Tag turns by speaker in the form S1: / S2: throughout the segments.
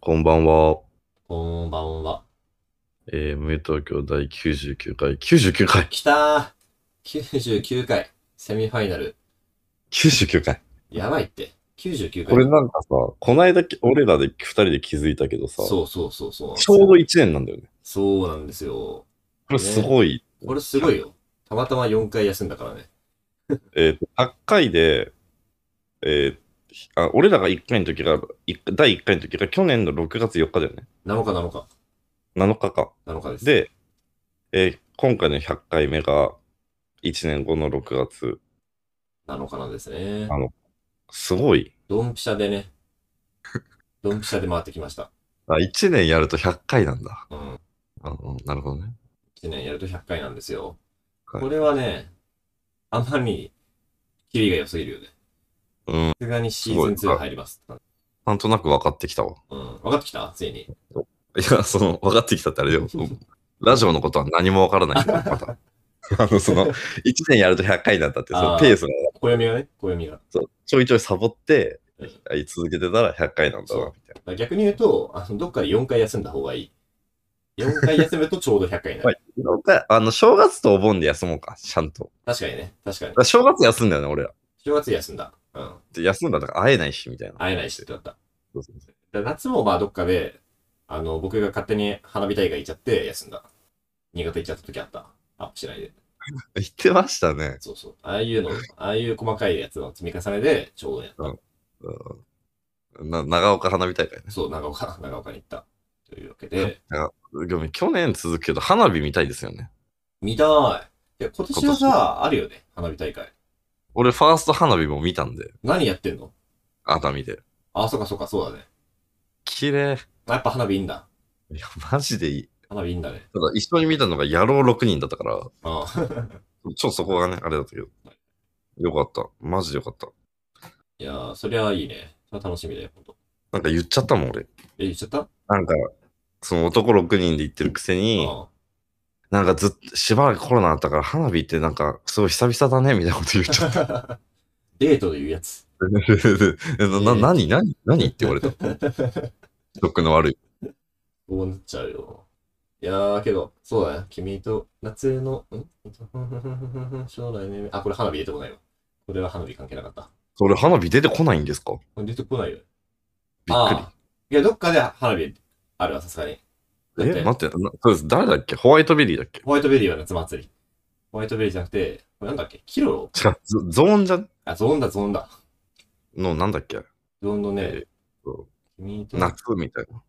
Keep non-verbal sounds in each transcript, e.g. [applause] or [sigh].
S1: こんばんは。
S2: こんばんは。
S1: えー、無友東京第99回。99回
S2: 来たー !99 回、セミファイナル。
S1: !99 回
S2: やばいって。99回。
S1: これなんかさ、こないだき俺らで二人で気づいたけどさ、
S2: そうそうそうそう。
S1: ちょうど1年なんだよね。
S2: そうなんですよ。
S1: これすごい。
S2: これすごいよ。たまたま4回休んだからね。
S1: えーと、8回で、えーあ、俺らが1回の時が、一第1回の時が去年の6月4日だよね。
S2: 7日7日。
S1: 7日か。
S2: 7日です。、
S1: で、えー今回の100回目が1年後の6月。
S2: 7日なんですね
S1: あ。すごい。
S2: ドンピシャ
S1: [laughs]
S2: でね。ドンピシャで回ってきました。
S1: あ、1年やると100回なんだ。
S2: うん。
S1: あうんなるほどね。
S2: 1年やると100回なんですよ。
S1: はい
S2: これはね、あまりに、キリが良すぎるよね。
S1: うん
S2: さ。すがにシーズ
S1: す
S2: ン
S1: ごい
S2: 2入ります。
S1: なんとなく分かってきたわ。
S2: うん。分かってきたついに。
S1: いや、その、分かってきたってあれ
S2: [laughs]
S1: よ。ラジオのことは何も分からないんだよまた。あの、その、1年やると100回になったって、そ
S2: あ
S1: の
S2: ー
S1: ペースが
S2: 暦がね、暦が。
S1: そうちょいちょいサボって
S2: うん、
S1: あ続けてたら100回なんだな、みたい
S2: だから逆に言うと、あのどっかで4回休んだ方がいい。4回休むとちょうど100回になる。
S1: はいな。なんかあの、正月とお盆で休もうか、ちゃんと。だ
S2: 確かにね、確かに
S1: か。ら正月休んだよね、俺ら。
S2: 正月休んだ。うん。
S1: で休んだらだから会えないし、みたいな。
S2: 会えないしってなった。だか
S1: そうそうそう
S2: ら夏もまあどっかで、あの、僕が勝手に花火大会行っちゃって休んだ。新潟行っちゃった時あった。アップしないで。
S1: 言ってましたね。
S2: そうそう。ああいうの、ああいう細かいやつの積み重ねでちょうどやった。
S1: うんな長岡花火大会ね。
S2: そう、長岡、長岡に行った。というわけで、
S1: でも去年続くけど、花火見たいですよね。
S2: 見たい。いや、今年はさ、あるよね、花火大会。
S1: 俺、ファースト花火も見たんで、
S2: 何やってんの
S1: 熱海で。
S2: あ、そうかそうか、そうだね。
S1: 綺麗。
S2: あやっぱ花火いいんだ。
S1: いや、マジでいい。
S2: 花火いいんだね。
S1: ただ一緒に見たのが野郎6人だったから、ちょ
S2: ああ
S1: っとそこがね、あれだったけど。よかった。マジでよかった。
S2: [laughs] いやー、そりゃいいね。それは楽しみだよ、ほんと。
S1: なんか言っちゃったもん、俺。
S2: え、言っちゃったあ
S1: なんか、その男6人で行ってるくせに、
S2: あ
S1: なんかずっと、しばらくコロナあったから花火ってなんか、すごい久々だね、みたいなこと言っち
S2: [laughs]
S1: ゃった。 [laughs]
S2: デートで言うやつ。
S1: な、な、何、何、何って言わ
S2: [laughs]
S1: れた。ショックの悪い。
S2: こうなっちゃうよ。いやー、けど、そうだね。君と夏の、ん [laughs] 将来の夢。あ、これ花火出てこないわ。これは花火関係なかった。
S1: それ花火出てこないんですかびっ
S2: これ出てこないよ。
S1: く
S2: ああいや、どっかで花火あるわ、さすがに。だっ
S1: り。
S2: て
S1: え、待って、なそうです。誰だっけホワイトベリーだっけ
S2: ホワイトベリーは夏祭り。ホワイトベリーじゃなくて、これなんだっけキロロ
S1: 違う、ゾゾーンじゃん
S2: あ、ゾーンだ、ゾーンだ。
S1: の、なんだっけ
S2: ゾーンのね
S1: え、そう
S2: 君と
S1: 夏みたいな。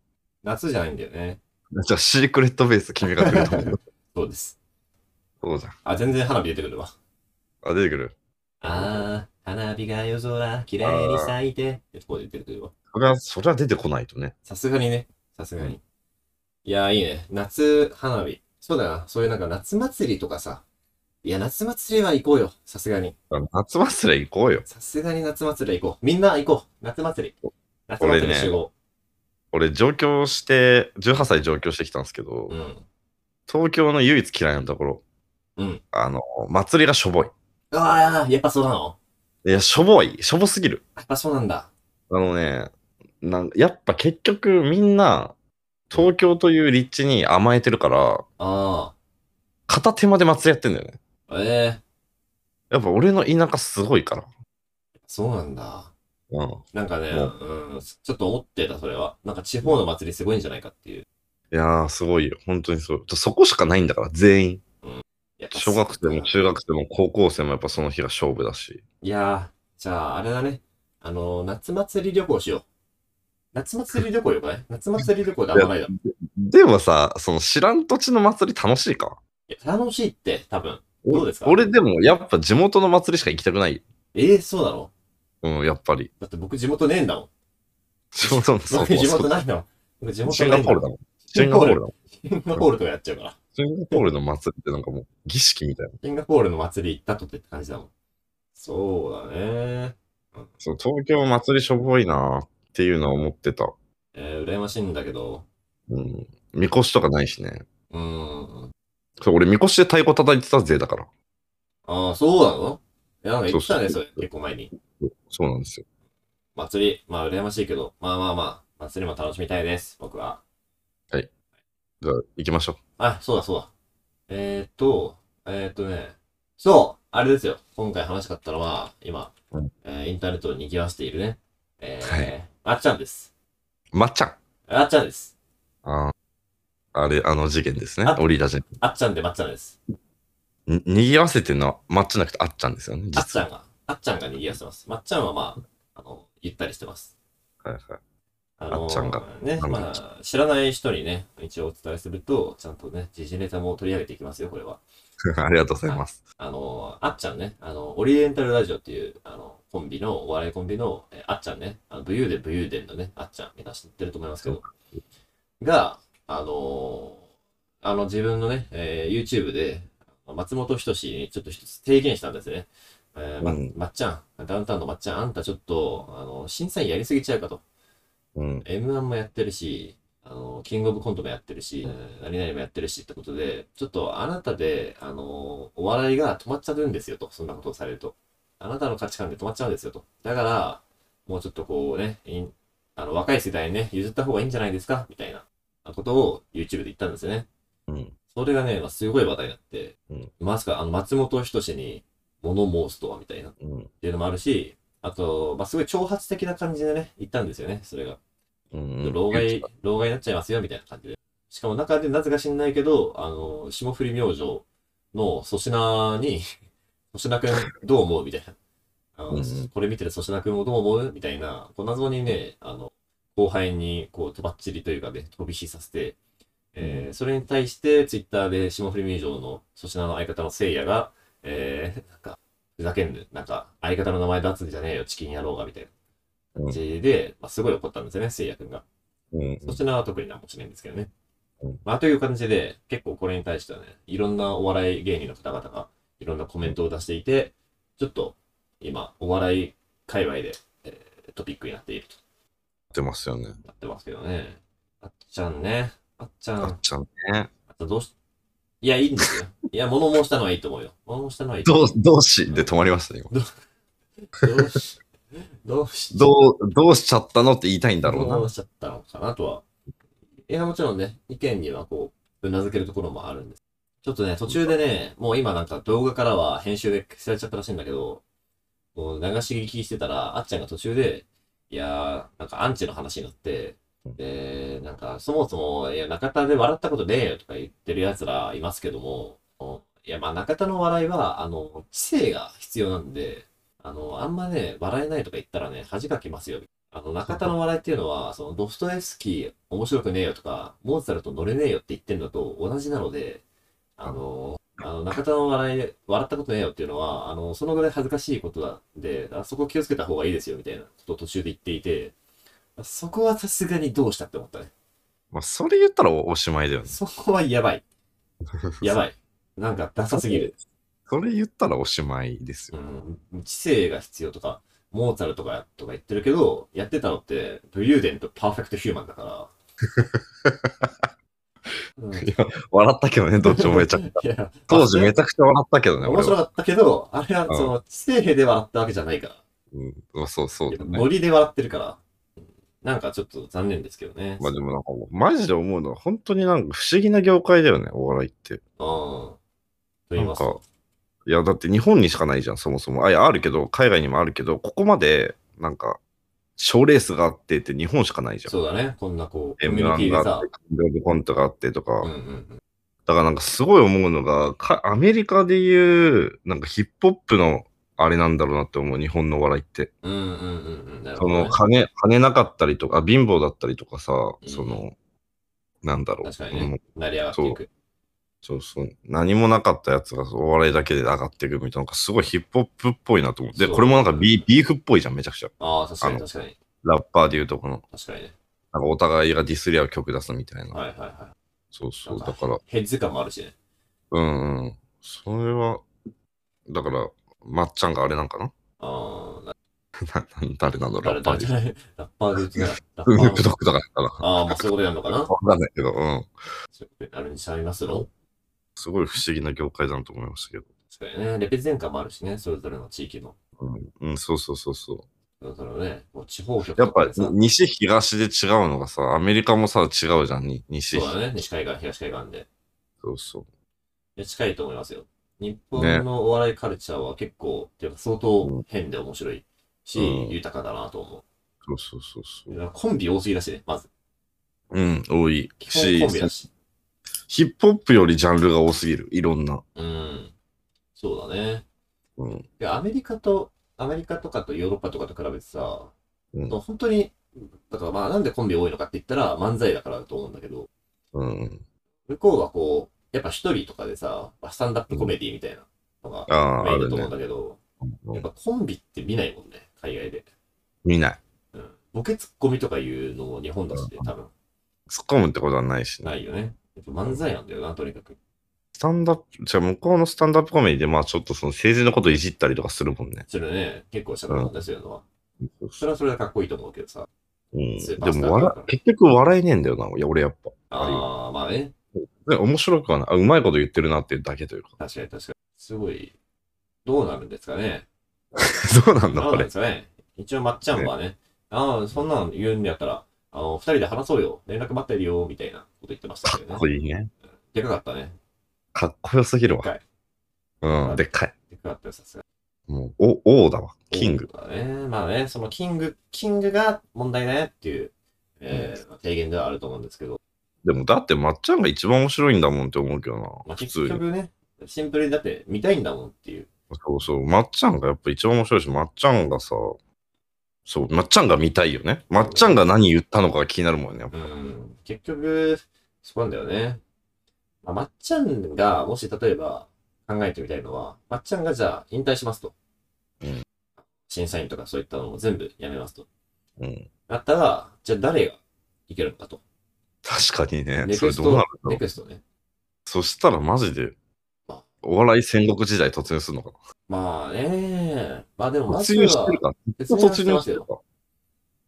S2: 夏じゃないんだよね。
S1: じゃあ、シークレットベース君が来ると思う。 [laughs]
S2: そうです。
S1: そうじゃん。
S2: あ、全然花火出てくるわ。
S1: あ、出てくる。
S2: ああ、花火が夜空、綺麗に咲いて。ってとこで出てくるわ。
S1: それは、それは出てこないとね。
S2: さすがにね。さすがに。いやー、いいね。夏花火。そうだな。そういうなんか夏祭りとかさ。いや、夏祭りは行こうよ。さすがに。
S1: あ夏祭り行こうよ。
S2: さすがに夏祭りは行こう。みんな行こう。夏祭り。夏
S1: 俺
S2: 祭
S1: ね
S2: り集合。
S1: 俺、上京して、18歳上京してきたんですけど、
S2: うん。
S1: 東京の唯一嫌いなところ、
S2: うん。
S1: あの、祭りがしょぼい。
S2: ああ、やっぱそうなの
S1: いや、しょぼい。しょぼすぎる。
S2: やっぱそうなんだ。
S1: あのね、なんやっぱ結局みんな、東京という立地に甘えてるから、
S2: あ
S1: 片手間で祭りやってんだよね。
S2: あ、ええ
S1: やっぱ俺の田舎すごいから。
S2: そうなんだ。
S1: うん。
S2: なんかね、
S1: も
S2: うん、ちょっと思ってた、それは。なんか地方の祭りすごいんじゃないかっていう。
S1: いやー、すごいよ。本当にそう。そこしかないんだから、全員。
S2: やっぱ
S1: 小学生も中学生も高校生もやっぱその日が勝負だし。
S2: いやー、じゃあ、あれだね。あのー、夏祭り旅行しよう。夏祭り旅行よくない夏祭り旅行であんまないだろ。い
S1: でもさ、その知らん土地の祭り楽しいか
S2: や楽しいって、多分。どうですか
S1: 俺でもやっぱ地元の祭りしか行きたくない。
S2: ええー、そうなの
S1: うん、やっぱ
S2: [laughs]
S1: り。
S2: だって僕地元ねえんだもん。
S1: 地元の、そう
S2: 僕
S1: そう
S2: 地
S1: そ
S2: 元
S1: う。
S2: ないんだもん。僕地
S1: シ
S2: 元
S1: ン
S2: な
S1: ガ
S2: いん
S1: ポール
S2: だも
S1: だ
S2: ん。
S1: もん。シンガポールだもん。
S2: シンガポールとかやっちゃうから。
S1: シンガポールの祭りってなんかもう儀式みたいな。
S2: シンガポールの祭り行ったとってって感じだもん。そうだね。
S1: その東京祭りしょぼいなーっていうのは思ってた。
S2: えー、羨ましいんだけど。
S1: うん。みこしとかないしね。
S2: うーん。
S1: そう俺みこしで太鼓叩いてたぜだから。
S2: ああ、そうなのいや、なんか言ってたね、
S1: そ
S2: そう
S1: そう
S2: れ。結構前に。
S1: そうなんですよ。
S2: 祭り、まあ羨ましいけど、まあまあまあ、祭りも楽しみたいです、僕は。
S1: じゃあ、行きましょう。
S2: あ、そうだそうだ。えー、っと、えー、っとね、そう、あれですよ。今回話しかったのは、今、
S1: うん
S2: えーインターネットを賑わしているね、えー
S1: はい
S2: あっちゃんです。
S1: まっちゃん。
S2: あっちゃんです。
S1: あーあれ、あの事件ですね
S2: あ。
S1: オリラジ
S2: あっちゃんでまっちゃんです。
S1: ン。ににぎわせてるのは、まっちゃんなくてあっちゃんですよね。
S2: あっち
S1: 実は。
S2: ゃんが、あっちゃんが賑わしてます。まっちゃんはまあ、あの、ゆったりしてます。
S1: はいはい。
S2: あの
S1: あっちゃんが
S2: ね、
S1: なんだ
S2: まあ、知らない人にね、一応お伝えすると、ちゃんとね、時事ネタも取り上げていきますよ、これは。
S1: ありがとうござい [laughs] ます。
S2: あの、あっちゃんね、あの、オリエンタルラジオっていう、あの、コンビの、お笑いコンビの、えあっちゃんね、あの武勇伝武勇伝のね、あっちゃん、皆さん知ってると思いますけど、が、あのあの、自分のね、えー YouTube で、松本人志にちょっと一つ提言したんですね。えーま
S1: うん
S2: まっちゃん、ダウンタウンのまっちゃん、あんたちょっと、あの、審査員やりすぎちゃうかと。
S1: うん。
S2: M1 もやってるし、あの、キングオブコントもやってるし、何々もやってるしってことで、ちょっとあなたで、あの、お笑いが止まっちゃうんですよと、そんなことをされると。あなたの価値観で止まっちゃうんですよと。だから、もうちょっとこうね、いんあの若い世代にね、譲った方がいいんじゃないですかみたいなことを YouTube で言ったんですよね。
S1: うん。
S2: それがね、まあすごい話題になって、
S1: うん
S2: まさか、あの、松本人志に物申すとは、みたいな。
S1: うん。
S2: っていうのもあるし、あと、まあ、すごい挑発的な感じでね、言ったんですよね、それが。
S1: うん。
S2: 老害、老害になっちゃいますよ、みたいな感じで。しかも中でなぜか知んないけど、あの、霜降り明星の粗品
S1: [laughs]
S2: に、粗品くんどう思うみたいな。あの
S1: うんうん
S2: これ見てる粗品くんもどう思うみたいな、こう謎にね、あの、後輩に、こう、とばっちりというかね、飛び火させて、えーそれに対して、ツイッターで霜降り明星の粗品の相方のせいやが、えーなんか、ふざけんな、なんか、相方の名前出すんじゃねえよ、チキン野郎が、みたいな感じで、まあ、すごい怒ったんですよね、せいやくんが。
S1: うん。
S2: そちらは特に何もしないんですけどね。
S1: うん
S2: まあ、という感じで、結構これに対してはね、いろんなお笑い芸人の方々がいろんなコメントを出していて、ちょっと今、お笑い界隈で、えートピックになっていると
S1: ってますよね。
S2: なってますけどね。あっちゃんね。あっちゃん。
S1: あ
S2: あ
S1: っちゃんね。
S2: とどうし、いや、いいんですよ。いや、物申したのはいいと思うよ。物申したのはいいと思
S1: 同同志で止まりましたね、今。
S2: う。どうし、どうし、
S1: どう、どうしちゃったのって言いたいんだろう
S2: ど
S1: な
S2: う。しちゃったのかなとは。いや、もちろんね、意見にはこう、うなずけるところもあるんです。ちょっとね、途中でね、もう今なんか動画からは編集で消されちゃったらしいんだけど、もう流し聞きしてたら、あっちゃんが途中で、いやー、なんかアンチの話になって、で、なんか、そもそも、いや、中田で笑ったことねえよとか言ってる奴らいますけども、いや、まあ中田の笑いは、あの、知性が必要なんで、あの、あんまね、笑えないとか言ったらね、恥かきますよ、あの、中田の笑いっていうのは、その、ドストエフスキー面白くねえよとか、モーツァルト乗れねえよって言ってんのと同じなので、あの、あの中田の笑い、笑ったことねえよっていうのは、あの、そのぐらい恥ずかしいことなんで、あそこ気をつけた方がいいですよみたいなことを途中で言っていて、そこはさすがにどうしたって思ったね。
S1: まあ、それ言ったらおおしまいだよね。
S2: そこはやばい。やばい。なんかダサすぎる。
S1: それ言ったらおしまいですよ。
S2: うん、知性が必要とか、モーツァルトがとか言ってるけど、やってたのって、武勇伝とパーフェクトヒューマン
S1: [laughs]
S2: だから。うん
S1: いや、笑ったけどね、どっちもめちゃくちゃ。
S2: [laughs] いや
S1: 当時めちゃくちゃ笑ったけどね、
S2: 面
S1: 俺
S2: 白
S1: は。
S2: かったけど、あれは
S1: うん
S2: その知性で笑ったわけじゃないから。
S1: うんまあ、そうそうだね。
S2: ノリで笑ってるから。なんかちょっと残念ですけどね。
S1: まあでもなんかもう、マジで思うのは、本当になんか不思議な業界だよね、お笑いって。
S2: うん。と言います
S1: なんいや、だって日本にしかないじゃん、そもそも。あ、いや、あるけど、海外にもあるけど、ここまで、なんか、賞レースがあってって日本しかないじゃん。
S2: そうだね。こんなこう、コミュ
S1: M1
S2: ニティで
S1: があ
S2: さ
S1: って、。キングオブコントがあってとか、
S2: うんうんうん。
S1: だからなんかすごい思うのが、かアメリカでいう、なんかヒップホップのあれなんだろうなって思う、日本のお笑いって。
S2: うんうんうんうん。なる
S1: そ
S2: ほど、ね
S1: の、。金、金なかったりとか、貧乏だったりとかさ、
S2: ん
S1: その、なんだろう。
S2: 確かにね
S1: もう
S2: 成り上がっていく。
S1: そうそう。何もなかったやつがお笑いだけで上がっていくみたいな、なんかすごいヒップホップっぽいなと思って。で、
S2: そう
S1: これもなんかビビーフっぽいじゃん、めちゃくちゃ。
S2: ああ、確かに
S1: あの
S2: 確かに。
S1: ラッパーでいうとこの、
S2: 確かにね。
S1: なんかお互いがディスり合う曲出すみたいな。
S2: はいはいはい。
S1: そうそ
S2: なん
S1: う。
S2: か
S1: だから、
S2: ヘッズ感もあるしね。
S1: うんうん。それは、だから、まっちゃんがあれなんか [laughs] な
S2: ああ、
S1: なな誰なんだろう、ラ
S2: 誰
S1: ッパー
S2: 誰
S1: で。
S2: 誰ラッパーで言ってない。
S1: [laughs]
S2: ラ
S1: スヌー
S2: ッパ
S1: プ
S2: ー
S1: ド
S2: の
S1: ッグとかだったら、
S2: ああ、まあそういうことやるのかな
S1: わかんないけど、うん。
S2: そういうことになるにちゃいますの
S1: すごい不思議な業界だなと思いましたけど。
S2: 確かにね。レペゼン感もあるしね。それぞれの地域の。
S1: うん、うん、そうそうそうそう。
S2: だからね、もう地方局
S1: やっ
S2: とか
S1: ぱ
S2: でさ、
S1: 西東で違うのがさ、アメリカもさ、違うじゃん、に西
S2: そうだ
S1: 東。
S2: ね、西海岸、東海岸で。
S1: そうそう。
S2: いや近いと思いますよ。日
S1: ね
S2: 本のお笑いカルチャーは結構、てか相当変で面白いし、
S1: うん
S2: 豊かだなと思。
S1: そうそうそうそうう。
S2: だからコンビ多すぎだしね、まず。
S1: うん、多い
S2: 基本
S1: し
S2: コンビ、だし。
S1: ヒップホップよりジャンルが多すぎる、いろんな。
S2: うん。そうだね。
S1: うん。
S2: で、アメリカと、アメリカとかとヨーロッパとかと比べてさ、
S1: うん
S2: 本当に、だからまあなんでコンビ多いのかって言ったら漫才だからだと思うんだけど、
S1: うん。
S2: 向こうはこう、やっぱ一人とかでさ、まあスタンダップコメディみたいなのが
S1: ああー、
S2: メイ
S1: あ
S2: ンだ
S1: る
S2: と思うん
S1: ね。
S2: だけど、
S1: う
S2: やっ
S1: ん
S2: ぱコンビって見ないもんね、海外で。
S1: 見ない。
S2: うんボケツッコミとかいうのも日本だしね、多分
S1: 突っ込むってことはないしね。
S2: ないよね。やっぱ漫才なんだよな、とにかく。
S1: スタンダップ、じゃあ向こうのスタンダップコメディで、まあちょっとその政治のこといじったりとかするもんね。
S2: それね、結構したことですよのは。
S1: そう
S2: それはそれでかっこいいと思うけどさ。
S1: うん、
S2: ス
S1: で
S2: ーパースター
S1: も笑、結局笑えねえんだよな、いや俺やっぱ。あるよ
S2: ああ、まあね。
S1: で面白くはない。あうまいこと言ってるなっていうだけというか。 [laughs]
S2: 確かに確かに。すごい、どうなるんですかね。
S1: どうなんだ、
S2: どう
S1: こ
S2: なん
S1: れ
S2: で。すかね。一応、まっちゃんはね、ああ、そんなの言うんやったら、あの、二人で話そうよ。連絡待ってるよ、みたいなこと言ってました
S1: か
S2: けど
S1: っ
S2: ね。
S1: こいいね。
S2: でかかったね。
S1: かっこよすぎるわ
S2: でかい。
S1: うん、でっかい。
S2: でかかったよ、さすが
S1: もう、お、王だわ。
S2: に。
S1: キング。
S2: そうだね。まあね、そのキング、キングが問題だねっていう、えー、提言ではあると思うんですけど、
S1: でも、だって、まっちゃんが一番面白いんだもんって思うけど
S2: ま
S1: な。
S2: あ、
S1: 普
S2: 結
S1: 通に。
S2: 局ね、シンプルにだって見たいんだもんっていう。
S1: そうそう。まっちゃんがやっぱ一番面白いし、まっちゃんがさ、そう、まっちゃんが見たいよね。まっちゃんが何言ったのかが気になるもんね。
S2: うん、結局、そうなんだよね。まあ、まっちゃんが、もし例えば考えてみたいのは、まっちゃんがじゃあ引退しますと。
S1: うん
S2: 審査員とかそういったのも全部やめますと。
S1: うん。
S2: なったら、じゃあ誰がいけるのかと。
S1: 確かにね。
S2: ネ
S1: そ
S2: ク
S1: れ
S2: ス
S1: どうな
S2: ト
S1: るん、だろ
S2: ネ
S1: う。
S2: クストね。
S1: そしたらマジで
S2: ま、
S1: お笑い戦国時代突入するのか
S2: まあね、まあでも
S1: な。
S2: まず
S1: 突入してる
S2: は、
S1: か。
S2: 別に
S1: 突
S2: 話して
S1: 入
S2: ま
S1: し
S2: す
S1: てる
S2: よ。
S1: か。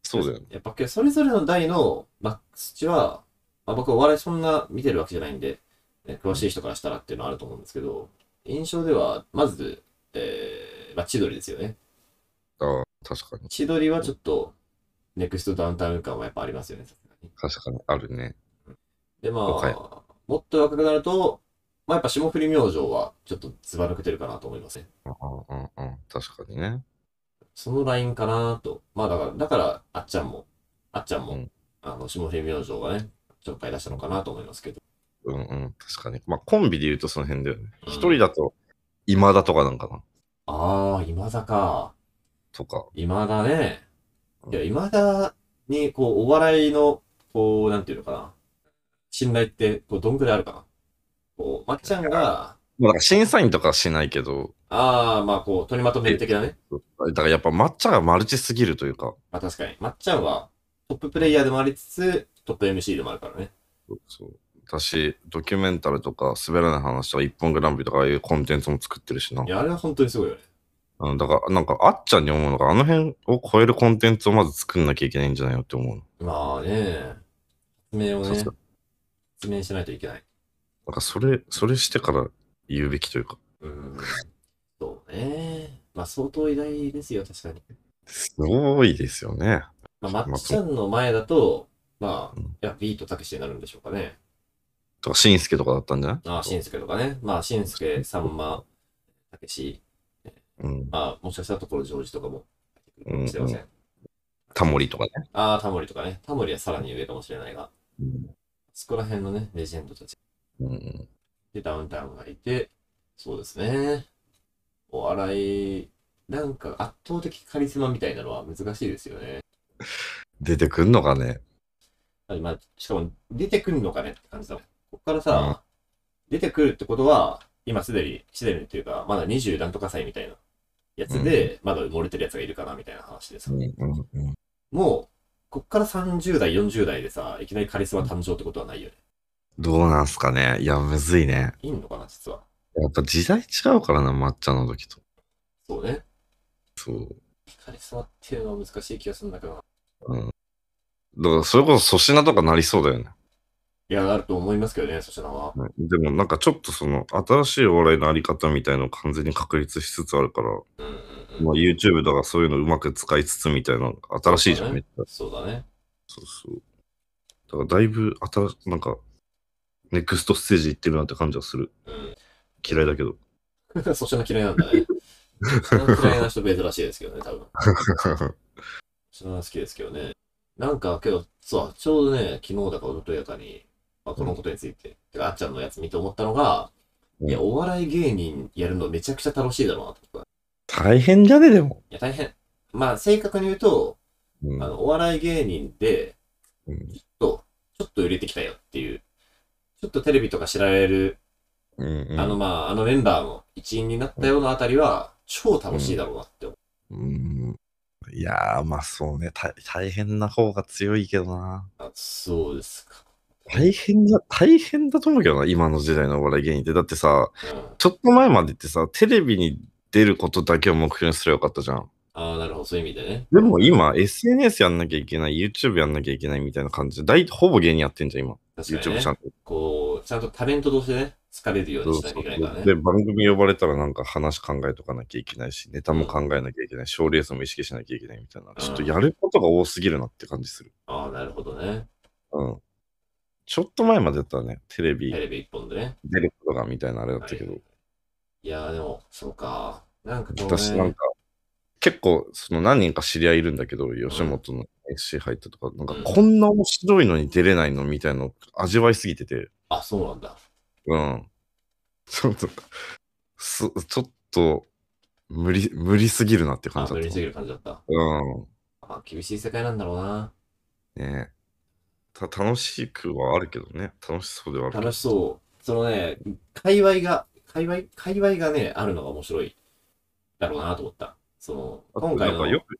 S1: そうだよね。
S2: やっぱそれぞれの代のマックス値は、まあ、僕はお笑いそんな見てるわけじゃないんで、ね詳しい人からしたらっていうのはあると思うんですけど、印象では、まず、えー、まあ、千鳥ですよね。
S1: ああ、確かに。
S2: 千鳥はちょっと、ネクストダウンタウン感はやっぱありますよね、さすがに。
S1: 確かに。あるね。
S2: で、ま
S1: はい
S2: あ、もっと若くなると、まあ、やっぱ霜降り明星は、ちょっとずば抜けてるかなと思いますね。
S1: うんうんうん。確かにね。
S2: そのラインかなと。まあ、だから、だから、あっちゃんも、あっちゃんも、
S1: うん
S2: あの、霜降り明星がね、ちょっかい出したのかなと思いますけど。
S1: うんうん。確かに。まあ、コンビで言うとその辺だよね。
S2: うん
S1: 一人だと、今田とかなんかな。
S2: ああ、今だか。
S1: とか。
S2: 今だね。
S1: うん
S2: いや、今だに、こう、お笑いの、こう、なんていうのかな。信頼って、こう、どんくらいあるかな。こう、まっちゃんが、
S1: まあ、だから審査員とかはしないけど、
S2: ああ、まあ、こう、取りまとめる的なね。
S1: だからやっぱ抹茶がマルチすぎるというか、
S2: まあ、確かに。まっちゃんは、トッププレイヤーでもありつつ、トップ MC でもあるからね。
S1: そうそう私、ドキュメンタルとか、滑らない話とか、一本グランプリとか、ああいうコンテンツも作ってるしな。
S2: いや、あれは本当にすごいよね。
S1: うん、だから、なんか、あっちゃんに思うのが、あの辺を超えるコンテンツをまず作んなきゃいけないんじゃないよって思うの。
S2: まあね、説明を
S1: さ
S2: ね
S1: すが、
S2: 説明しないといけない。
S1: なんか、それ、それしてから言うべきというか、
S2: うん。そうね。まあ、相当偉大ですよ、確かに。
S1: すごいですよね。
S2: まあ、まっちゃんの前だと、まあ
S1: うん、
S2: いや、ビートたけしになるんでしょうかね。
S1: とか、しんすけとかだったんじゃない
S2: ああ、しんすけとかね。まあ、しんすけ、さんま、たけし、
S1: うん。
S2: まあ、もしかしたらところジョージとかも、してません。
S1: タモリとかね。
S2: ああ、タモリとかね。タモリはさらに上かもしれないが、
S1: うん
S2: そこら辺のね、レジェンドたち。
S1: うん。
S2: で、ダウンタウンがいて、そうですね。お笑い、なんか圧倒的カリスマみたいなのは難しいですよね。
S1: 出てくんのかね。
S2: まあ、しかも出てくるのかねって感じだもん。こっからさ、出てくるってことは、今すでに、すでにっていうか、まだ20段とか歳みたいなやつで、まだ埋もれてるやつがいるかなみたいな話でさ、
S1: うんうんうん。
S2: もう、こっから30代、40代でさ、いきなりカリスマ誕生ってことはないよね。
S1: どうなんすかね。いや、むずいね。
S2: いいのかな、実は。
S1: やっぱ時代違うからな、抹茶の時と。
S2: そうね。
S1: そう。
S2: カリスマっていうのは難しい気がするんだけどな。
S1: うん。だから、それこそ粗品とかなりそうだよね。
S2: いや、あると思いますけどね、そちらは。
S1: ねでも、なんかちょっとその、新しいお笑いのあり方みたいのを完全に確立しつつあるから、
S2: うんうんうん。
S1: まあ、YouTube とかそういうのうまく使いつつみたいな、新しいじゃん、
S2: そうだね
S1: めっちゃ。
S2: そうだね。 [laughs]
S1: そうそう。だからだいぶ新し、なんか、ネクストステージ行ってるなって感じはする。
S2: う
S1: 嫌いだけ
S2: [laughs]
S1: ど。
S2: ん。そっちの嫌いなんだね。そっちの嫌いな人珍しいですけどね、多分。その好きですけどね。なんか、けど、そう、ちょうどね、昨日だか一昨日だかに、まあ、このことについて、てかあっちゃんのやつ見て思ったのが、
S1: うん
S2: いや、お笑い芸人やるのめちゃくちゃ楽しいだろうなって僕は。
S1: 大変じゃね、でも。
S2: いや、大変。まあ、正確に言うと、
S1: う
S2: あ
S1: ん。
S2: の、お笑い芸人で、
S1: うん
S2: ちょっと、ちょっと売れてきたよっていう、ちょっとテレビとか知られる、
S1: うんうん
S2: あの、まあ、あのメンバーの一員になったようなあたりは、超楽しいだろうなって思う。
S1: うん。いやー、まあそうね。た大変な方が強いけどな。
S2: あそうですか。
S1: 大変だ、大変だと思うけどな、今の時代のお笑い芸人って。だってさ、
S2: うん。
S1: ちょっと前までってさ、テレビに出ることだけを目標にすればよかったじゃん。
S2: ああ、なるほど、そういう意味でね。
S1: でも今、SNS やんなきゃいけない、YouTube やんなきゃいけないみたいな感じで、大ほぼ芸人やってんじゃん、今。
S2: 確かに
S1: YouTube
S2: ね
S1: チャンネル。
S2: こう、ちゃんとタレントとしてね、好かれるよう
S1: そ
S2: に
S1: う
S2: し
S1: そ
S2: なきゃいけな
S1: う
S2: いから
S1: で、
S2: ね。
S1: 番組呼ばれたらなんか話考えとかなきゃいけないし、ネタも考えなきゃいけない、賞、ーレースも意識しなきゃいけないみたいな。ちょっとやることが多すぎるなって感じする。
S2: ああ、なるほどね。
S1: うん。ちょっと前までだったらね、テレビ
S2: テレビ一本でね。
S1: 出ることがみたいなあれだったけど、
S2: いやー、でも、そうか。なんかこう、ね、
S1: 私なんか、結構、その何人か知り合いいるんだけど、吉本の SC 入ったとか、なんか
S2: うん
S1: こんな面白いのに出れないのみたいなの味わいすぎてて、
S2: あ、そうなんだ。
S1: うん。ちょっと、すちょっと、無理、無理すぎるなって感
S2: あ、
S1: じだ
S2: 無
S1: っ
S2: 理
S1: た
S2: す。ぎる感じだった。
S1: うん。
S2: まあ、厳しい世界なんだろうな。
S1: ねた楽しくはあるけどね。楽しそうではあるけど
S2: 楽しそう。そのね、界隈が、界隈、界隈がね、あるのが面白いだろうなと思った。その、今回
S1: なんか
S2: の、
S1: よく、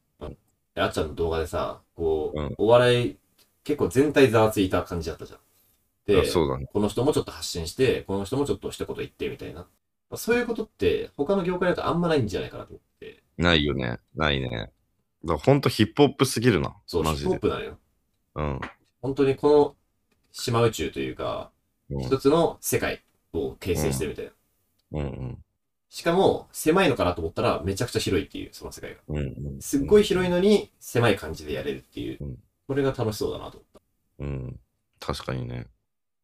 S2: あっちゃんの動画でさ、こう、
S1: うん
S2: お笑い、結構全体ざわついた感じだったじゃん。で、
S1: そうだね。
S2: この人もちょっと発信して、この人もちょっと一言言ってみたいな。まあそういうことって、他の業界だとあんまないんじゃないかなと思って。
S1: ないよね。ないね。だからほんとヒップホップすぎるな。
S2: そう、ヒ
S1: マ
S2: ップ
S1: ジ
S2: ホッ
S1: で。
S2: プなのよ。
S1: うん。
S2: 本当にこの島宇宙というか、
S1: うん
S2: 一つの世界を形成してるみたいな。
S1: うん
S2: しかも、狭いのかなと思ったら、めちゃくちゃ広いっていう、その世界が。
S1: うん。うんうん
S2: すっごい広いのに、狭い感じでやれるっていう
S1: うん。
S2: これが楽しそうだなと思っ
S1: うん。確かにね。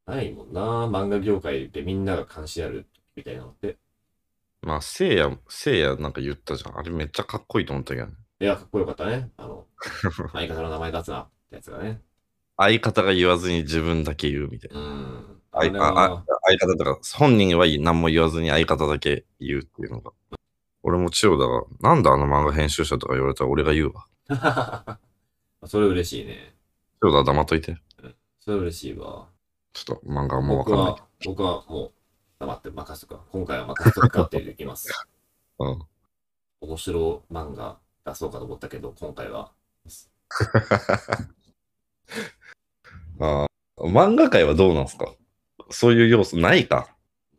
S2: た。ないもんな漫画業界でみんなが関心あるみたいなのって。
S1: まあ、せいや、せいやなんか言ったじゃん。あれめっちゃかっこいいと思ったけどね。
S2: いや、かっこよかったね。
S1: [laughs]
S2: あの、相方の名前出すな、ってやつがね。
S1: 相方が言わずに自分だけ言うみたいな。
S2: うん。
S1: あい
S2: れ
S1: あ
S2: は
S1: あ相方だから、本人は何も言わずに相方だけ言うっていうのが。俺も千代田が、なんだあの漫画編集者とか言われたら俺が言うわ。
S2: [laughs] それ嬉しいね。
S1: 千代田は黙っといて。
S2: それ嬉しいわ。
S1: ちょっと漫画はもうわ
S2: 僕
S1: かんない
S2: は、僕はもう、黙って任せとくか。今回は任せとくかってで
S1: [laughs]
S2: きます。
S1: けど。うん。
S2: 面白漫画出そうかと思ったけど、今回は。
S1: あー漫画界はどうなんすかそういう要素ないか。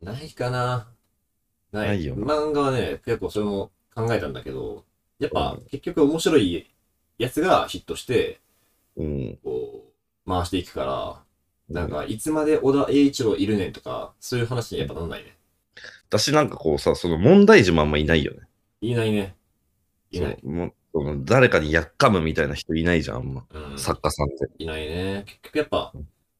S2: ないかな。ない。
S1: ないよな
S2: 漫画はね、結構それも考えたんだけど、やっぱ
S1: う
S2: 結局面白いやつがヒットして、
S1: うん。
S2: こう、回していくから、なんか、いつまで小田栄一郎いるねんとか、そういう話にやっぱなんないね。
S1: 私なんかこうさ、その問題児もあんまいないよね。
S2: いないね。いない。
S1: そのもその誰かにやっかむみたいな人いないじゃん、あんま。
S2: うん
S1: 作家さんって。
S2: いないね。結局やっぱ、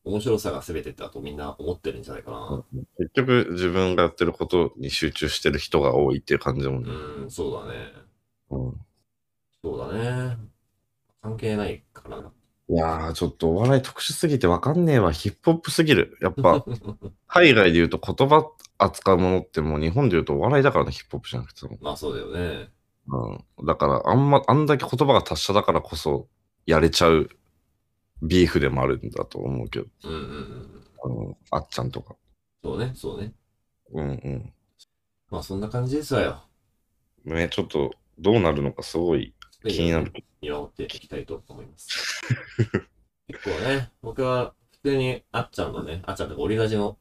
S2: 面白さが全てだとみんな思ってるんじゃないかな。
S1: 結局自分がやってることに集中してる人が多いっていう感じだもん
S2: う
S1: ね。
S2: ん、そうだね。
S1: うん
S2: そうだね。関係ないかな。
S1: いやー、ちょっとお笑い特殊すぎてわかんねえわ。ヒップホップすぎる。やっ [laughs] ぱ、海外で言うと言葉扱うものってもう日本で言うとお笑いだからね、ヒップホップじゃなくても。
S2: まあそうだよね。
S1: うん。だから、あんま、あんだけ言葉が達者だからこそ、やれちゃうビーフでもあるんだと思うけど、
S2: うんうんうん。
S1: あの、あっちゃんとか。
S2: そうね、そうね。
S1: うんうん。
S2: まあそんな感じですわよ。
S1: ね、ちょっと、どうなるのかすごい気になる。
S2: 見守っていきたいと思います。結構ね、僕は普通にあっちゃんのね、あっちゃんとかオリラジの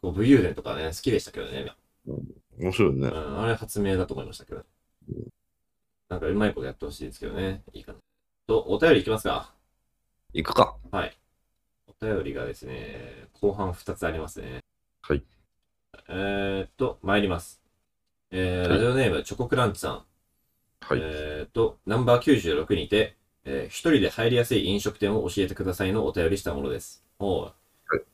S2: こう武勇伝とかね、好きでしたけどね。
S1: 面白いね
S2: う。ん、あれ発明だと思いましたけど。なんかうまいことやってほしいですけどね。いいかな。と、お便りいきますか。
S1: 行くか。
S2: お便りがですね、後半2つありますね。
S1: はい。
S2: えーっと、参ります。えー
S1: はい
S2: ラジオネーム、チョコクランチさん。
S1: はい。
S2: えっ、と、ナンバー96にて、えー一人で入りやすい飲食店を教えてくださいのお便りしたものです。おう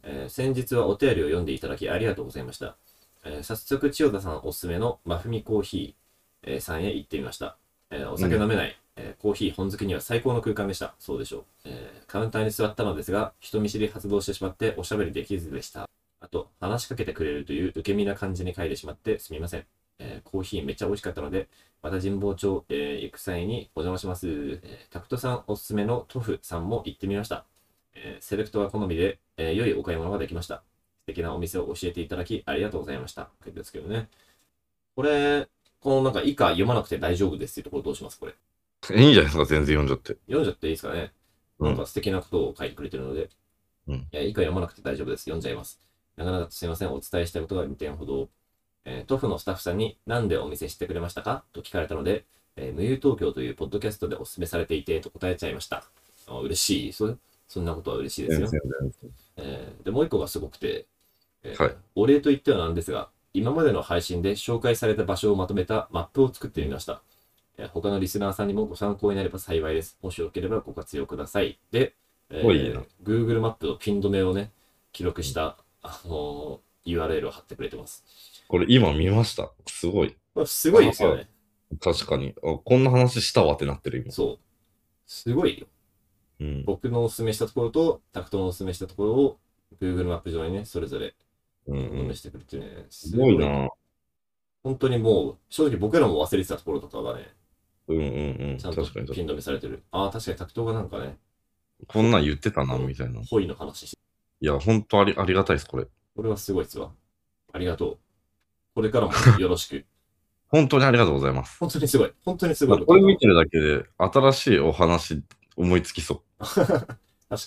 S2: えー先日はお便りを読んでいただきありがとうございました。えー早速、千代田さんおすすめのマフミコーヒー、えーさんへ行ってみました。えーお酒飲めない、えーコーヒー本好きには最高の空間でした。そうでしょう、えーカウンターに座ったのですが、人見知り発動してしまっておしゃべりできずでした。あと、話しかけてくれるという受け身な感じに書いてしまってすみません。えーコーヒーめっちゃ美味しかったので、また神保町、えー行く際にお邪魔します。えータクトさんおすすめのトフさんも行ってみました。えーセレクトは好みで、えー良いお買い物ができました。素敵なお店を教えていただきありがとうございました。ですけどね。これ、このなんか以下読まなくて大丈夫ですっていうところどうしますこれ。
S1: いいんじゃないですか、全然読んじゃって。
S2: 読んじゃっていいですかね。
S1: うん
S2: なんか素敵なことを書いてくれてるので、
S1: うん
S2: いや、以下読まなくて大丈夫です。読んじゃいます。なかなかすいません。お伝えしたいことが2点ほど。えー、トフのスタッフさんに何でお見せしてくれましたかと聞かれたので、えー無友東京というポッドキャストでお勧めされていてと答えちゃいました。あ嬉しい。そそんなことは嬉しいです
S1: 全
S2: よ
S1: 然。全然
S2: えーで、もう一個がすごくて、えー
S1: はい
S2: お礼と言ってはなんですが、今までの配信で紹介された場所をまとめたマップを作ってみました。えー他のリスナーさんにもご参考になれば幸いです。もしよければご活用ください。で、えー
S1: おいいな
S2: Google マップのピン止めをね、記録した、あのー URL を貼ってくれてます。
S1: これ今見ました。すごい。
S2: まあすごいですよね。
S1: 確かに。あこんな話したわってなってる、今。
S2: そう。すごいよ。
S1: うん。
S2: 僕のお勧めしたところと、タクトのお勧めしたところを Google マップ上にね、それぞれ
S1: うん
S2: お勧
S1: う
S2: め
S1: ん。
S2: してくれてね、す
S1: すごいな。
S2: 本当にもう、正直僕らも忘れてたところとかがね、
S1: うんうんうん。
S2: ちゃんと
S1: 確かに確か
S2: ピ
S1: に。
S2: ン止めされてる。ああ、確かに卓闘がなんかね、
S1: こんなん言ってたな、みたいな。い
S2: ホイの話して
S1: や、本当ありありがたいです、これ。
S2: これはすごいっすわ。ありがとう。これからもよろしく。 [laughs]
S1: 本当にありがとうございます。
S2: 本当にすごい。本当にすごいこと。
S1: これ見てるだけで、新しいお話、思いつきそ
S2: 確か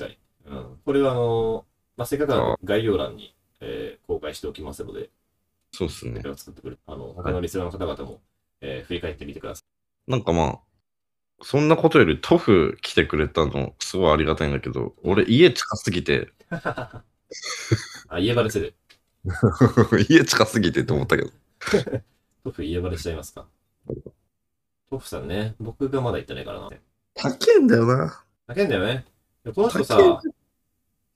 S2: に。うん。これはあのーまあ、せっかくなので概要欄に、えー公開しておきますので、
S1: う。そうっすね
S2: こ。れを作ってくる。あの、他のリスナーの方々も、えー振り返ってみてくださ
S1: なんかまあ、そんなことよりトフ来てくれたの、すごいありがたいんだけど、俺家近すぎて、 [laughs]
S2: い。 [laughs] あ、家バレする。
S1: 家近すぎてって思ったけど。
S2: トフ家バレしちゃいますか。トフさんね、僕がまだ行ってないからな。
S1: 高えんだよな。
S2: 叫んだよね。でこの人
S1: 叫
S2: さ、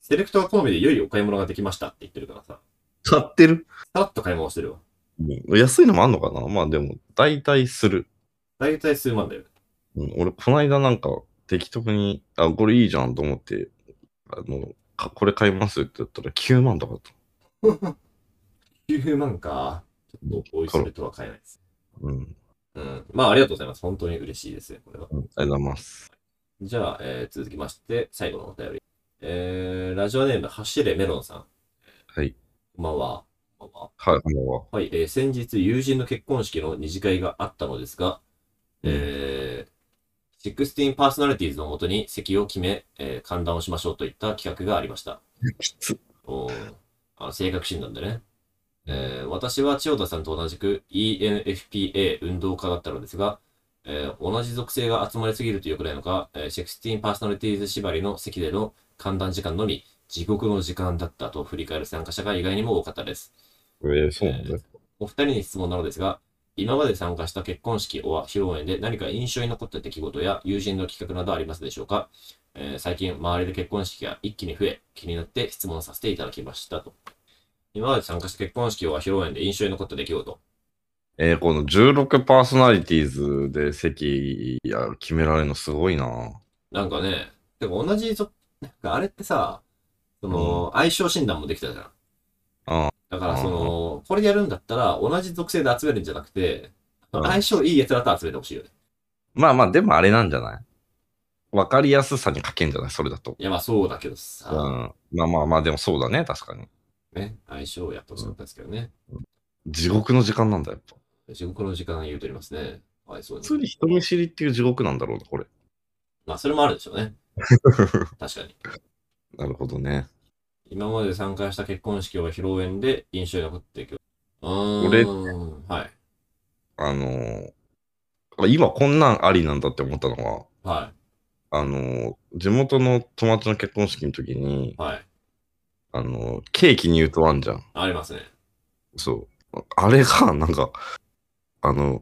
S2: セレクトは好みで良いお買い物ができましたって言ってるからさ、
S1: 買ってる。
S2: さらっと買い物してる
S1: う
S2: わ。
S1: ん安いのもあんのかなまあでも、大体する。
S2: 大体数万だよ。
S1: うん、俺、この間なんか、適当に、あ、これいいじゃんと思って、あの、かこれ買いますって言ったら9万とかだった。
S2: 9万か。ちょっとおいするとは買えないです。
S1: うん。
S2: うん。まあ、ありがとうございます。本当に嬉しいですね、これは。
S1: うんありがとうございます。
S2: じゃあ、えー続きまして、最後のお便り。えー、ラジオネーム、走れメロンさん。
S1: はい。
S2: こんばんは。こんばんは。
S1: はい、あの、
S2: はい、えー先日友人の結婚式の二次会があったのですが、
S1: うん
S2: えー、16パーソナリティーズのもとに席を決め、えー、観覧をしましょうといった企画がありました。
S1: きつ。
S2: おーあの性格診断でね、えー私は千代田さんと同じく ENFPA 運動家だったのですが、えー同じ属性が集まりすぎるというくらいのか、えー、16パーソナリティーズ縛りの席での観覧時間のみ、地獄の時間だったと振り返る参加者が意外にも多かったです。
S1: えー、そうなんだ。
S2: お二人に質問なのですが、今まで参加した結婚式お披露宴で何か印象に残った出来事や友人の企画などありますでしょうか、えー最近周りで結婚式が一気に増え、気になって質問させていただきましたと。今まで参加した結婚式お披露宴で印象に残った出来事。
S1: えーこの16パーソナリティーズで席いや決められるのすごいな。
S2: なんかね、でも同じぞ、なんかあれってさ、その、相性診断もできたじゃん。
S1: あ
S2: だからその、これやるんだったら同じ属性で集めるんじゃなくて、
S1: うん
S2: 相性いいやつらと集めてほしいよね。
S1: まあまあ、でもあれなんじゃないわかりやすさに書けんじゃないそれだと。
S2: いやまあそうだけど
S1: う
S2: さ、
S1: ん。まあまあまあ、でもそうだね、確かに。
S2: ね、相性をやってほしかったですけどね。
S1: 地獄の時間なんだ、やっぱ。
S2: 地獄の時間言うておりますね。かわいそう
S1: 普通
S2: に。
S1: に人見知りっていう地獄なんだろうな、これ。
S2: まあ、それもあるでしょ
S1: [laughs]
S2: うね。確かに。
S1: なるほどね。
S2: 今まで参加した結婚式は披露宴で印象に残っていく。う
S1: 俺
S2: ーん。はい。
S1: あのーあ今こんなんありなんだって思ったのは、
S2: は
S1: あのー地元の友達の結婚式の時に
S2: い。、はい。
S1: あのーケーキ入刀あ
S2: [laughs]
S1: んじゃん。
S2: ありますね。
S1: そう。あれが、なんか、あの、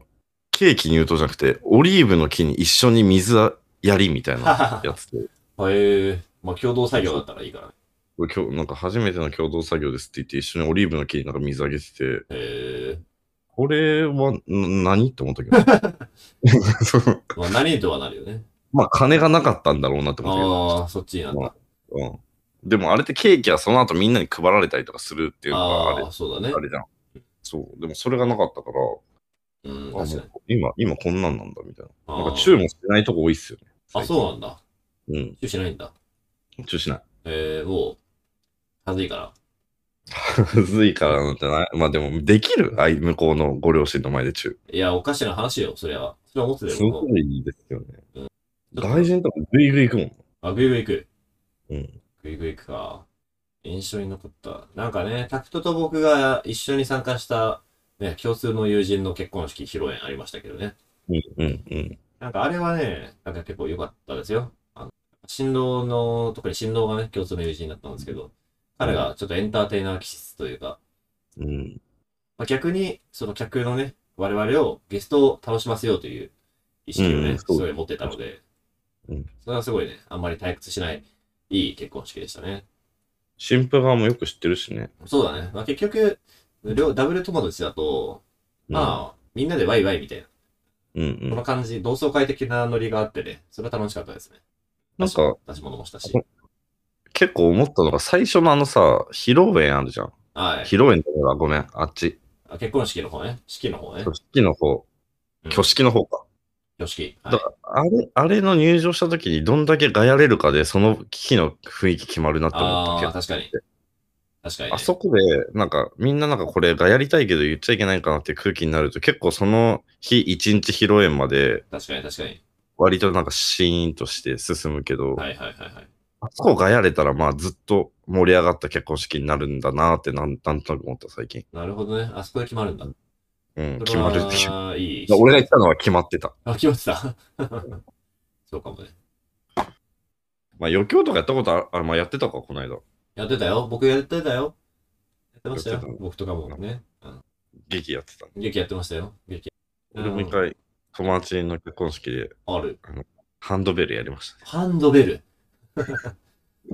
S1: ケーキ乳糖じゃなくて、オリーブの木に一緒に水やりみたい
S2: [laughs]
S1: なやつで、
S2: へえ。まあ、共同作業だったらいいからね。
S1: これ今日なんか初めての共同作業ですって言って、一緒にオリーブの木になんか水あげてて、
S2: へえ。
S1: これはん何って思った
S2: [laughs]
S1: けど。そう
S2: まあ、何とはなるよね。
S1: まあ、金がなかったんだろうなって思ったけど。
S2: ああ、そっちになった。
S1: うん、でもあれってケーキはその後みんなに配られたりとかするっていうのがあれ
S2: ああ、そうだね
S1: あ。れじゃん。そう。でもそれがなかったから、
S2: うん、
S1: あも
S2: 確かに
S1: う。今、今こんなんなんだみたいな。なん
S2: あ
S1: か
S2: ー
S1: チューもしてないとこ多いっすよね。
S2: あ、そうなんだ。
S1: うん。
S2: チューしないんだ。
S1: チューしない。 [laughs]
S2: ええ、もう、はずいから。
S1: むずいからなんてない。まあでも、できるあい向こうのご両親の前でチュ
S2: いや、おかしな話よ、それは。それは思って
S1: ー。
S2: た
S1: す
S2: よ。
S1: ご
S2: 僕も
S1: いいいですよね。
S2: ちょっと
S1: 大臣とかグイグイ行くもん。
S2: あ、グイグイ行く。
S1: うん。
S2: グイグイ行くか。印象に残った。なんかね、タクトと僕が一緒に参加した、ね、共通の友人の結婚式披露宴ありましたけどね。
S1: うんうんうん。
S2: なんかあれはね、なんか結構良かったですよ。あの、新郎の、特に新郎がね、共通の友人だったんですけど、彼がちょっとエンターテイナー気質というか、
S1: うん。
S2: まあ、逆に、その客のね、我々を、ゲストを楽しませようという意識をね、
S1: うん
S2: すごい持ってたので、
S1: うん
S2: それはすごいね、あんまり退屈しない、いい結婚式でしたね。
S1: 新婦側もよく知ってるしね。
S2: そうだね。まあ、結局、両ダブル友達だと、
S1: うん、
S2: まあ、みんなでワイワイみたいな、
S1: うんう
S2: こ
S1: ん。
S2: の感じ、同窓会的なノリがあってね、それは楽しかったですね。
S1: なんか、
S2: 出し物もしたし。
S1: 結構思ったのが、最初のあのさ、披露宴あるじゃん。
S2: はい。
S1: 披露宴とかごめん、あっち。
S2: あ結婚式の方ね。式の方ね。
S1: 挙式の方、
S2: うん
S1: 挙式の方か。
S2: 挙式。は
S1: だ
S2: い、
S1: あれ、あれの入場した時にどんだけがやれるかで、その日の雰囲気決まるなって思った
S2: あ
S1: け
S2: あ、
S1: ど。
S2: 確かに。確かに、ね。
S1: あそこで、なんか、みんななんかこれがやりたいけど言っちゃいけないかなって空気になると、結構その日一日披露宴まで、
S2: 確かに、確かに。
S1: 割となんかシーンとして進むけど、
S2: はいはいはいはい。
S1: あそこがやれたら、まあずっと盛り上がった結婚式になるんだなってなん、なんとなく思った最近。
S2: なるほどね。あそこで決まるんだ。
S1: うん、
S2: そ
S1: 決
S2: れ
S1: ま
S2: は
S1: るっていう。
S2: いい。 [laughs]
S1: 俺が言ったのは決まってた。
S2: あ、決まってた。 [laughs] そうかもね。
S1: まあ余興とかやったことある、あまあやってたか、この間。
S2: やってたよ。僕やってたよ。やってました
S1: やって
S2: よ
S1: た。
S2: 僕とかもね。うん
S1: 劇やってた。
S2: 劇やってましたよ。劇。
S1: 俺も一
S2: うん
S1: 回、友達の結婚式で
S2: ある。
S1: ハンドベルやりましたね。
S2: ハンドベル。 [laughs]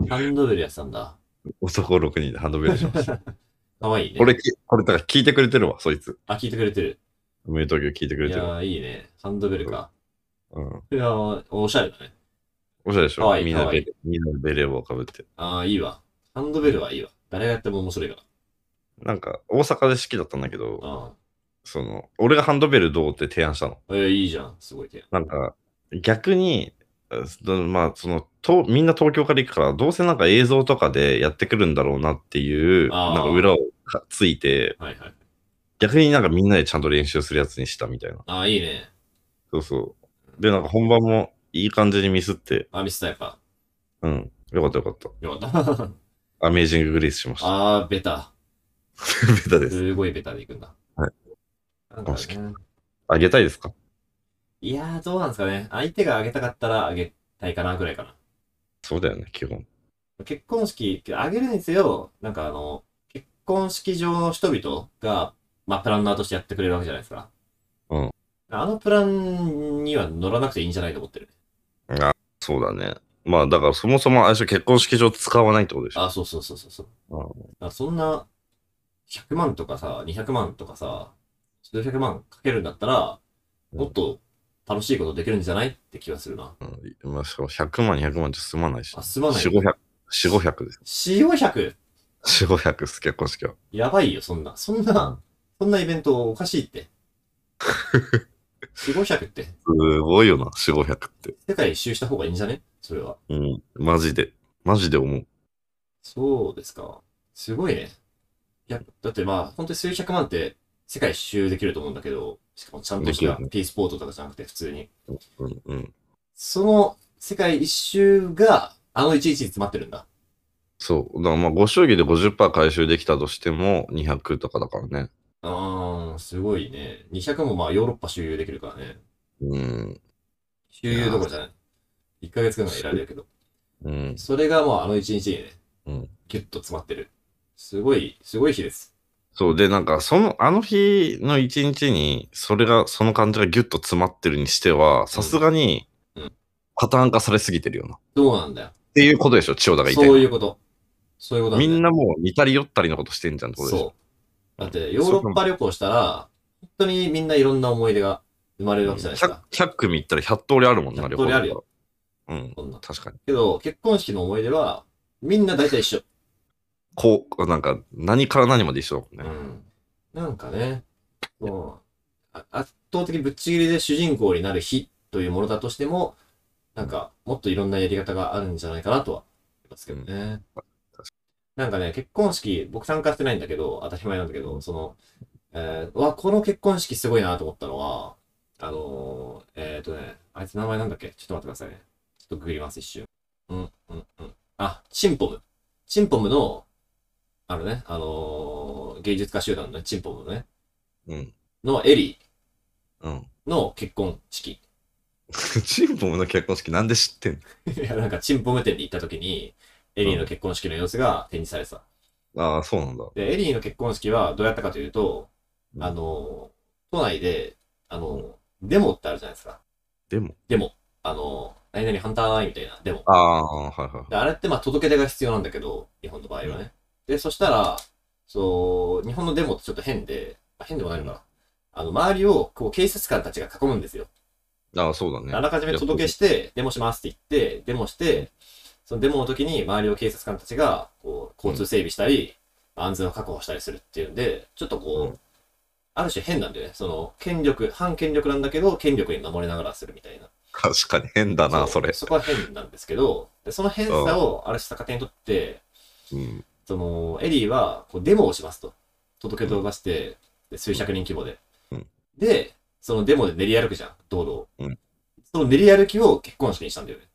S2: ハンドベルやってたんだ。
S1: 男6人でハンドベルしま
S2: [laughs]
S1: した。
S2: かわいいね。
S1: 俺、きこれだから聞いてくれてるわ、そいつ。
S2: あ、聞いてくれてる。
S1: 無友東京聞いてくれ
S2: い
S1: てるわ。
S2: やー、いいね。ハンドベルか。
S1: うん。
S2: いやー、おしゃれだね。
S1: おしゃれでし
S2: かわ
S1: ょ
S2: いい
S1: みんな
S2: かわいい
S1: ベレ、みんなベレー帽かぶって。
S2: ああ、いいわ。ハンドベルはいいわ。誰がやっても面白いか
S1: なんか、大阪で式だったんだけど、
S2: ら。あ
S1: その、俺がハンドベルどうって提案したの。
S2: あ、えー、いいじゃん。すごい手。
S1: なんか、逆に、あそまあ、そのと、みんな東京から行くから、どうせなんか映像とかでやってくるんだろうなっていう、
S2: あー
S1: なんか裏をかついて、
S2: はいはい。
S1: 逆になんかみんなでちゃんと練習するやつにしたみたいな。
S2: ああ、いいね。
S1: そうそう。で、なんか本番もいい感じにミスって、
S2: あ、ミスタイプか。
S1: うん。よかったよかった。
S2: よかった。 [laughs]
S1: アメージンググレイスしました。
S2: ああ、ベタ。
S1: [laughs] ベタです。
S2: すごいベタでいくんだ。
S1: はい。
S2: なんかね、
S1: あげたいですか
S2: いやー、どうなんですかね。相手が上げたかったら上げたいかな、ぐらいかな。
S1: そうだよね、基本。
S2: 結婚式、上げるにせよ、なんかあの、結婚式場の人々が、まあ、プランナーとしてやってくれるわけじゃないですか。
S1: うん。
S2: あのプランには乗らなくていいんじゃないと思ってる。
S1: あそうだね。まあだからそもそもあれでしょ結婚式場使わないってことでしょ
S2: あ、そうそうそうそうそう。
S1: うん
S2: あそんな、100万とかさ、200万とかさ、数百万かけるんだったら、
S1: うん
S2: もっと楽しいことできるんじゃないって気がするな。
S1: うんまあしかも100万、200万じゃ済まないし
S2: あ、。すまない。
S1: 4、500。四五百です。
S2: 400!
S1: 四五百です、結婚式は。
S2: やばいよ、そんな。そんな、そんなイベントおかしいって。4、500って。
S1: すごいよな、四五百って。
S2: 世界一周した方がいいんじゃねそれは。
S1: うん。マジで。マジで思う。
S2: そうですか。すごいね。いや、だってまあ、本当に数百万って世界一周できると思うんだけど、しかもちゃんとした
S1: できる
S2: P スポートとかじゃなくて普通に。
S1: うんうん。
S2: その世界一周が、あの1日に詰まってるんだ。
S1: そう。だからまあ、ご祝儀で50%回収できたとしても、200とかだからね。
S2: うーん、すごいね。200もまあヨーロッパ周遊できるからね。
S1: うん。
S2: 周遊どころじゃない。1ヶ月間ぐらいいられるけど。
S1: うん。
S2: それがもうあの1日にね、
S1: うん
S2: ギュッと詰まってる。すごい、すごい日です。
S1: そう、で、なんか、その、あの日の一日に、それが、その感じがギュッと詰まってるにしては、さすがに
S2: うん、
S1: パターン化されすぎてるよな。っ
S2: そうなんだよ。
S1: ていうことでしょ、千代田が言いたいの
S2: そ
S1: は
S2: ういうこと。そういうこと
S1: みんな
S2: な
S1: もう似たり寄ったりのことしてんじゃんってことでしょ。
S2: そう。だって、ヨーロッパ旅行したら、本当にみんないろんな思い出が生まれるわけじゃないです
S1: 100
S2: か。
S1: 100組行ったら100通りあるもんな、
S2: 100
S1: 旅
S2: 通
S1: 行
S2: りあるよ
S1: とかうん、
S2: そんな。
S1: 確かに。
S2: けど、結婚式の思い出は、みんな大体一緒。
S1: こう、なんか、何から何まで一緒だもんね。
S2: うん。なんかね、もう、あ圧倒的にぶっちぎりで主人公になる日というものだとしても、なんか、もっといろんなやり方があるんじゃないかなとは思いますけどね。なんかね、結婚式、僕参加してないんだけど、当たり前なんだけど、その、えー、うわ、この結婚式すごいなと思ったのは、あのー、えっ、ー、とね、あいつ名前なんだっけちょっと待ってくださいね。ちょっとググります、一瞬。うん、うん、うん。あ、チンポム。チンポムの、あのね、あのー芸術家集団のねチンポムのね、
S1: うん。
S2: のエリ
S1: うん。 [laughs]
S2: ーの結婚式。
S1: チンポムの結婚式なんで知ってんの
S2: いや、なんかチンポム店に行った時に、エリーの結婚式の様子が展示されてた。
S1: ああ、そうなんだ。
S2: で、エリーの結婚式はどうやったかというと、あのー都内で、あのーデモってあるじゃないですか。
S1: でも。
S2: デモ。あのー何々反対みたいなデモ。
S1: ああ、はいはい
S2: であれってまあ届け出が必要なんだけど、日本の場合はね。で、そしたら、そう、日本のデモってちょっと変で、まあ変でもないのかな。あの、周りをこう警察官たちが囲むんですよ。
S1: はい。ああ、そうだね。
S2: あらかじめ届けして、デモしますって言って、デモして、そのデモの時に周りを警察官たちが、こう、交通整備したり、安全を確保したりするっていうんで、ちょっとこう、
S1: うん
S2: ある種変なんだよね。その、権力、反権力なんだけど、権力に守りながらするみたいな。
S1: 確かに変だな、
S2: そ
S1: そうれ。
S2: そこは変なんですけど、でその変さをある種逆手にとって、
S1: うん。
S2: その、エリーは、こう、デモをしますと。届け出を出して、で数百人規模で。
S1: うん
S2: で、そのデモで練り歩くじゃん、道路を。
S1: うん
S2: その練り歩きを結婚式にしたんだよね。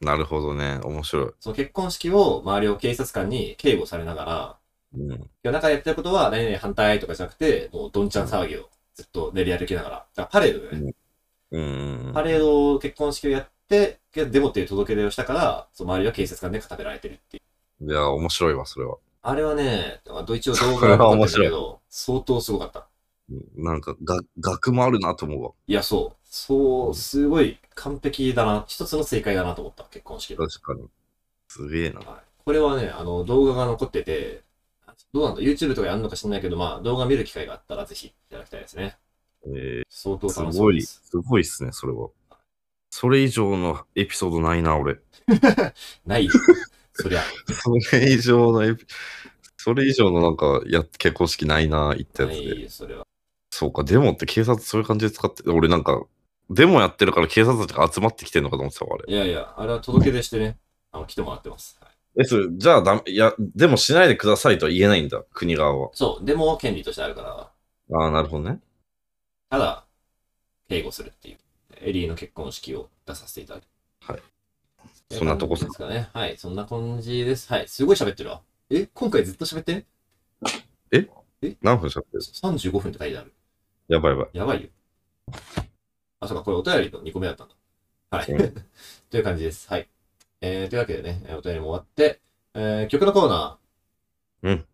S1: なるほどね。面白い。
S2: その結婚式を周りを警察官に警護されながら、
S1: うん。
S2: 夜中やってることは何々反対とかじゃなくて、もうどんちゃん騒ぎをずっと練り歩きながら。だからパレードだよね。
S1: うん。
S2: パレードを結婚式をやって、けどデモっていう届け出をしたから、その周りは警察官で固められてるっていう。
S1: いや、面白いわ、それは。
S2: あれはね、まあど一応動
S1: そ
S2: 画
S1: れ
S2: だ
S1: は
S2: ったんだ
S1: 面白い
S2: けど、相当すごかった。
S1: うんなんか、が、学もあるなと思う
S2: いや、そう。そう、すごい完璧だな。一つの正解だなと思った、結婚式の。
S1: わ。確かに。すげえな。
S2: はいこれはね、あの、動画が残ってて、どうなんだ ?YouTube とかやるのか知んないけど、まあ、動画見る機会があったらぜひいただきたいですね。
S1: え
S2: 相当
S1: ー、す
S2: 楽し
S1: ご
S2: みで
S1: い、
S2: す。
S1: すごいっすね、それは。それ以上のエピソードないな、俺。
S2: な
S1: [laughs]
S2: いよ。そりゃ、
S1: それ以上のエピ、それ以上のなんか、や、結婚式ないな、言ったや
S2: な
S1: つで。
S2: いよ、それは。
S1: そうか、デモって警察そういう感じで使って、俺なんか、デモやってるから警察たちが集まってきてんのかと思ってたわ、あれ。
S2: いやいや、あれは届け出してね、あの、来てもらってます。はい
S1: え、それ、じゃあだ、いや、デモしないでくださいとは言えないんだ、国側は。
S2: そう、でも権利としてあるから、
S1: ああ、なるほどね。
S2: ただ、警護するっていう。エリーの結婚式を出させていただき
S1: はい。そんなとこっ
S2: ですすかね。はい、そんな感じです。はい、すごい喋ってるわ。え、今回ずっと喋って
S1: 何分しゃってる
S2: ?35 分って書いてある。
S1: やばいやばい。
S2: やばいよ。あ、そうか、これお便りの2個目だったんだ。はい。
S1: う
S2: [laughs] という感じです。はい。えー、というわけでね、えーお便りも終わって、えー、曲のコーナー。
S1: うん。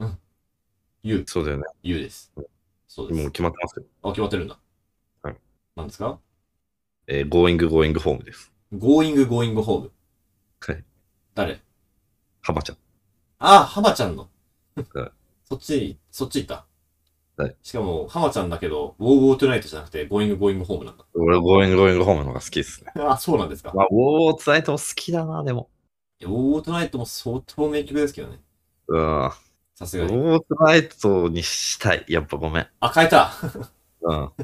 S2: うん。ゆう、
S1: そうだよね。
S2: ゆうです。そうで
S1: もう
S2: す。
S1: 決まってますよ。
S2: あ、決まってるんだ。
S1: はい。
S2: なんですか
S1: えー、Going Going Home です。
S2: ?Going, Going Home。
S1: はい。
S2: 誰
S1: ハマちゃん。
S2: あ、ハマちゃんの
S1: はい。
S2: [laughs] そっち、そっち行った。
S1: はい。
S2: しかも、ハマちゃんだけど、ウォーウォートゥナイトじゃなくて、Going, Going Home なんだ。 [laughs]
S1: 俺、Going Going Home の方が好きですね。
S2: あ、そうなんですか。
S1: まあ、おー、伝えても好きだな、でも。
S2: いやウォーウォートゥナイトも相当名曲ですけどね。
S1: うん。
S2: さすがに。
S1: オートナイトにしたい。やっぱごめん。
S2: あ、変えた
S1: うん。
S2: [laughs]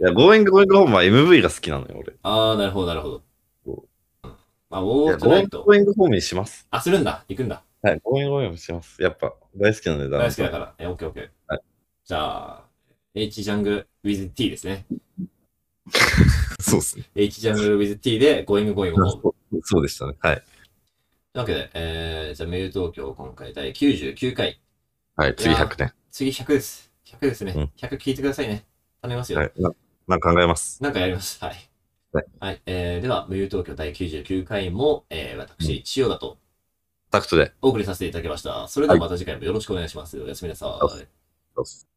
S1: いや、Going Going Home は MV が好きなのよ、俺。
S2: ああ、なるほど、なるほど。う
S1: そ
S2: ん
S1: う
S2: まあ、ウ
S1: い
S2: ォ
S1: や
S2: ートナイ
S1: Going
S2: ト。
S1: Going Home にします。
S2: あ、するんだ。行くんだ。
S1: はい、Going Going Home します。やっぱ、大好きなので、
S2: 大好きだから。え、オッケーオッケー。
S1: はい
S2: じゃあ、H ジャングル with T ですね。
S1: そうですね。
S2: H ジャングル with T で Going Going Home。
S1: そうそうでしたね。はい。
S2: というわけで、えー、じゃあメール東京今回第99回。
S1: はい、次
S2: いや
S1: 100年。
S2: 次100です。100ですね。
S1: うん
S2: 100聞いてくださいね。頼みますよ。
S1: はい。ななんか考えます。
S2: なんかやります。はい。
S1: はい。
S2: えー、では、無友東京第99回も、えー、私、千代田と、
S1: タクトで。
S2: お送りさせていただきました。それではまた次回もよろしくお願いします。おやすみなさい。